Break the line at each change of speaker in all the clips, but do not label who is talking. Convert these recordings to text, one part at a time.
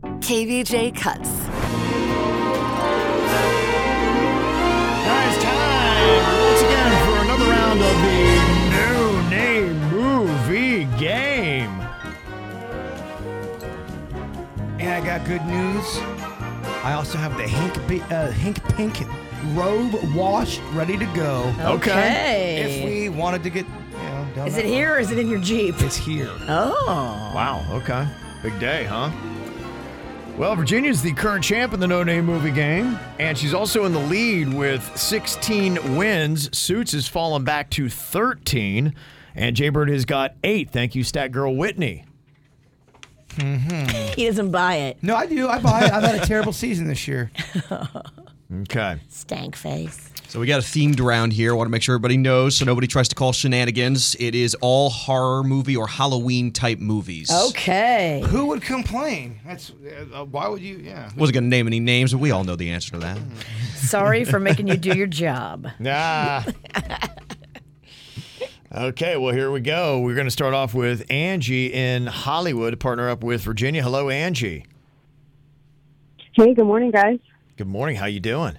KVJ Cuts.
Now it's time once again for another round of the No Name Movie Game. And I got good news. I also have the Hank, B- uh, Hank Pink robe washed, ready to go.
Okay.
If we wanted to get, you know, down
Is
that
it here or is it in your Jeep?
road. It's here.
Oh.
Wow. Okay. Big day, huh? Well, Virginia's the current champ in the No Name Movie game, and she's also in the lead with 16 wins. Suits has fallen back to 13, and Jaybird has got eight. Thank you, Stat Girl Whitney.
He doesn't buy it.
No, I do. I buy it. I've had a terrible season this year.
Okay.
Stank face.
So we got a themed round here. want to make sure everybody knows so nobody tries to call shenanigans. It is all horror movie or Halloween type movies.
Okay.
Who would complain? That's uh, uh, why would you? Yeah.
Wasn't going to name any names, but we all know the answer to that.
Sorry for making you do your job.
Nah. okay, well, here we go. We're going to start off with Angie in Hollywood, to partner up with Virginia. Hello, Angie.
Hey, good morning, guys.
Good morning. How you doing?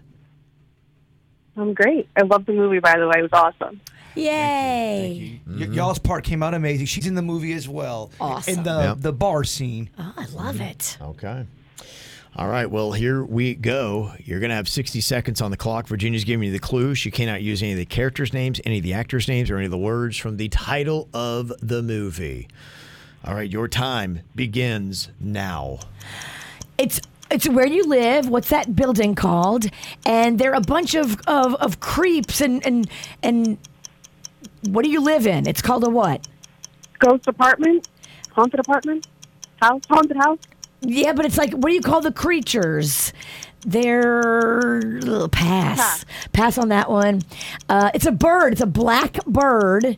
I'm great. I love the movie, by the way. It was awesome.
Yay.
Y- y'all's part came out amazing. She's in the movie as well.
Awesome.
In the
Yeah.
the bar scene.
Oh, I love it.
Okay. All right. Well, here we go. You're going to have 60 seconds on the clock. Virginia's giving you the clue. She cannot use any of the characters' names, any of the actors' names, or any of the words from the title of the movie. All right. Your time begins now.
It's it's where you live. What's that building called? And there are a bunch of of, of creeps and and and what do you live in? It's called a what?
Ghost apartment, haunted apartment, house, haunted house.
Yeah, but it's like what do you call the creatures? They're ugh, pass. pass
Pass.
on that one. Uh, it's a bird. It's a black bird.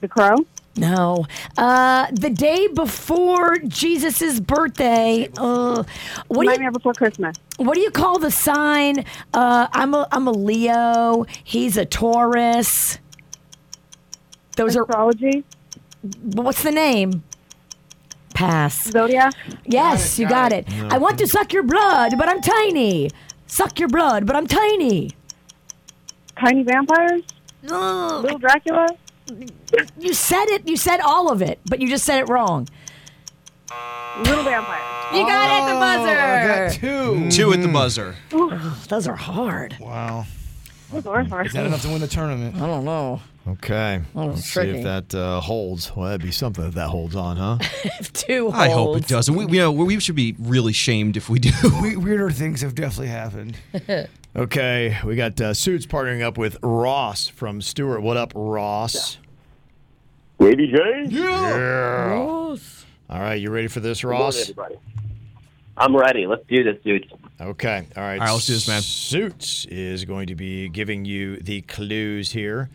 The crow.
No. Uh, the day before Jesus' birthday. Uh, what do you
Nightmare Before Christmas.
What do you call the sign? Uh, I'm a I'm a Leo. He's a Taurus. Those are
Astrology.
what's the name? Pass.
Zodiac.
Yes, you got it. I want to suck your blood, but I'm tiny. Suck your blood, but I'm tiny.
Tiny vampires. Little Dracula.
You said it. You said all of it, but you just said it wrong.
Little vampires.
You got it, the
I
buzzer.
got two.
Mm.
Two at the buzzer.
Those are hard.
Wow.
Those were hard.
Is that enough to win the
Uh,
tournament?
I don't know.
Okay. Let's see
tricky.
if that uh, holds. Well, that'd be something if that holds on, huh?
If two
I hope it
holds.
doesn't. We, you know, we should be really shamed if we do.
We, weirder things have definitely happened.
okay. We got uh, Suits partnering up with Ross from Stewart. What up, Ross?
Lady J?
All right. You ready for this,
Morning,
Ross?
everybody. I'm ready. Let's do this, dude.
Okay. All right.
All right, let's do this, man.
Suits is going to be giving you the clues here.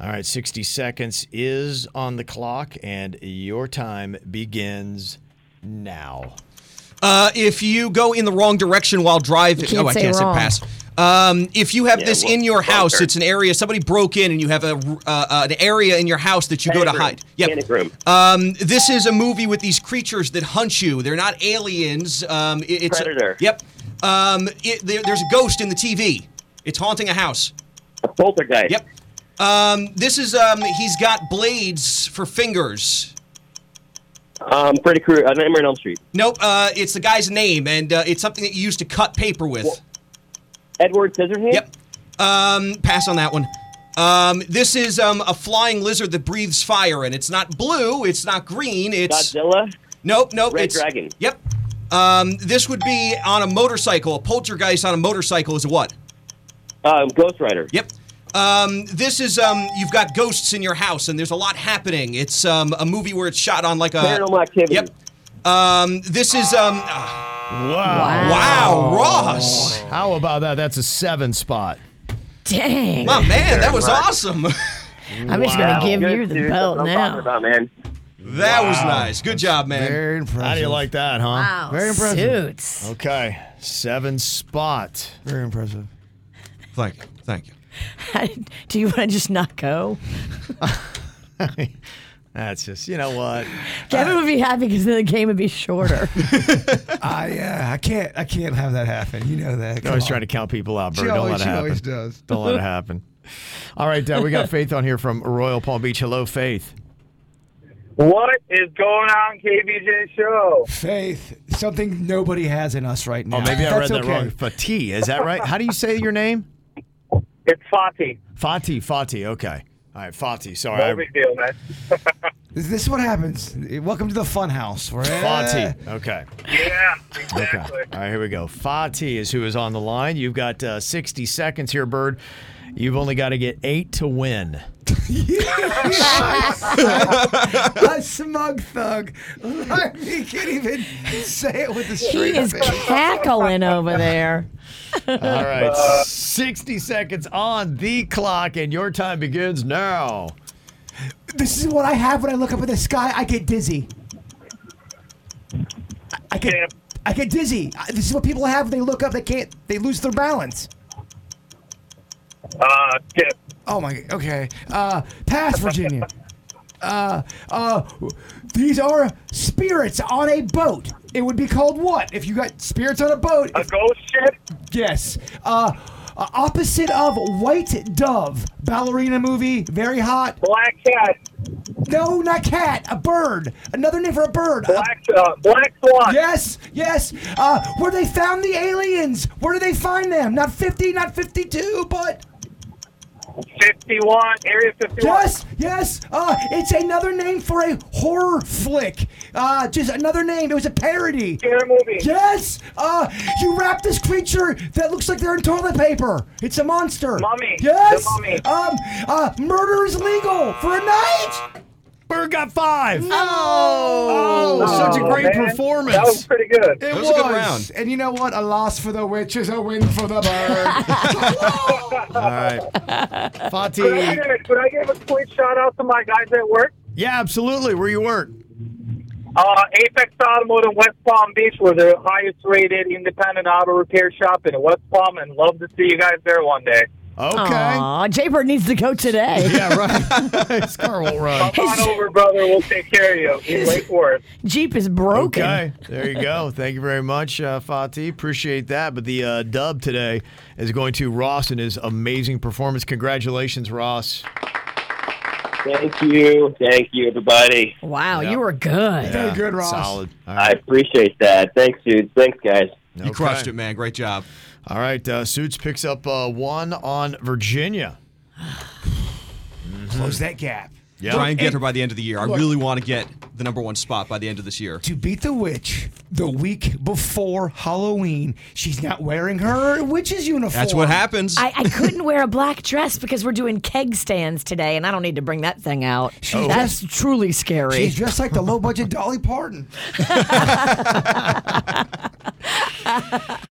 All right. 60 seconds is on the clock, and your time begins now.
Uh, if you go in the wrong direction while driving,
can't
oh, I
say
can't
wrong.
say pass. Um, if you have
Yeah,
this
well,
in your
wrong
house,
turn.
it's an area somebody broke in, and you have a uh, uh, an area in your house that you go to
Panic room.
hide. Yep.
Panic room.
Um, this is a movie with these creatures that hunt you. They're not aliens. Um, it- it's a-
Predator.
yep. Um, it, there, there's a ghost in the TV. It's haunting a house.
A poltergeist.
Yep. Um, this is um, he's got blades for fingers.
Um, Freddy Krueger. Uh, Nightmare on Elm Street.
Nope. Uh, it's the guy's name, and uh, it's something that you used to cut paper with.
Edward Scissorhands.
Yep. Um, pass on that one. Um, this is um, a flying lizard that breathes fire, and it's not blue, it's not green, it's
Godzilla.
nope, nope.
Red
it's,
dragon.
Yep. Um, this would be on a motorcycle. A poltergeist on a motorcycle is a what?
Um, Ghost Rider.
Yep. Um, this is um, you've got ghosts in your house, and there's a lot happening. It's um, a movie where it's shot on like a
Paranormal Activity.
Yep. Um, this is um, ah,
Wow.
wow, Ross.
How about that? That's a seven spot.
Dang.
My man, that was awesome. that
I'm just going to give
Good,
you the
dude.
belt
That's what I'm talking
now.
about, man.
was nice. Good job, man.
Very impressive.
How do you like that, huh?
Wow.
Very impressive.
Suits.
Okay, seven spot.
Very impressive.
Thank you. Thank you.
Do you want to just not go?
That's just, you know what?
Kevin would be happy because then the game would be shorter.
I yeah, I can't I can't have that happen. You know that.
I always trying to count people out,
She
Bert. Don't
always,
let it
she always
happen.
does.
Don't let it happen. All right, uh, we got Faith on here from Royal Palm Beach. Hello, Faith.
What is going on, KBJ show?
Faith, something nobody has in us right now.
Oh, maybe I read
That's
that
okay.
wrong. Fatih, is that right? How do you say your name?
It's Fati.
Fatih, Fatih. Okay. All right, Fatih. Sorry.
No
I-
big deal, man.
This this is what happens. Welcome to the fun house. We're
Fatih. Okay.
Yeah,
Okay.
exactly.
All right, here we go. Fatih is who is on the line. You've got uh, 60 seconds here, Bird. You've only got to get eight to win.
a smug thug. he can't even say it with a
he
straight
is
face.
cackling over there.
All right, 60 seconds on the clock, and your time begins now.
This is what I have when I look up at the sky. I get dizzy. I- I get,
Yeah.
I get dizzy. I- This is what people have. They look up. They can't. They lose their balance.
Uh, tip.
Oh my. Okay. Uh, pass, Virginia. Uh, uh, these are spirits on a boat. It would be called what if you got spirits on a boat?
A ghost ship?
Yes. Uh, uh, opposite of White Dove, ballerina movie, very hot.
Black cat.
No, not cat, a bird. Another name for a bird. Uh,
Black, uh, black swan.
yes, yes. Uh, where they found the aliens. Where do they find them? Not 50, not 52, but.
51. Area 51.
Yes, yes. Uh, it's another name for a horror flick. Uh, just another name. It was a parody.
Scary movie.
Yes. Uh, you wrap this creature that looks like they're in toilet paper. It's a monster.
Mummy.
Yes.
The mummy.
Um. Uh. Murder is legal for a night.
Bird got five. Oh, such a
Oh,
great
man.
performance.
That was pretty good.
It
was a good round.
And you know what? A loss for the witch is a win for the bird.
All right.
Could I,
Fatih.
give a, could I give a quick shout out to my guys at work?
Yeah, absolutely. Where you work.
Uh, Apex Automotive in West Palm Beach were the highest rated independent auto repair shop in West Palm, and love to see you guys there one day.
Okay.
Aw, Jaybird needs to go today.
Yeah, right. His car won't run.
Come on over, brother. We'll take care of you. In Lake Worth.
Jeep is broken.
Okay, there you go. Thank you very much, uh, Fatih. Appreciate that. But the uh, dub today is going to Ross and his amazing performance. Congratulations, Ross.
Thank you. Thank you, everybody.
Wow,
Yeah.
you were good.
Very good, Ross.
Solid. All
I
right.
appreciate that. Thanks, dude. Thanks, guys.
You crushed it, man. Great job.
All right, uh, Suits picks up uh, one on Virginia.
Close that gap.
Yeah.
Try and get her by the end of the year. I really want to get the number one spot by the end of this year.
To beat the witch the week before Halloween, she's not wearing her witch's uniform.
That's what happens.
I, I couldn't wear a black dress because we're doing keg stands today, and I don't need to bring that thing out.
She's
That's truly scary.
She's just like the low budget Dolly Parton.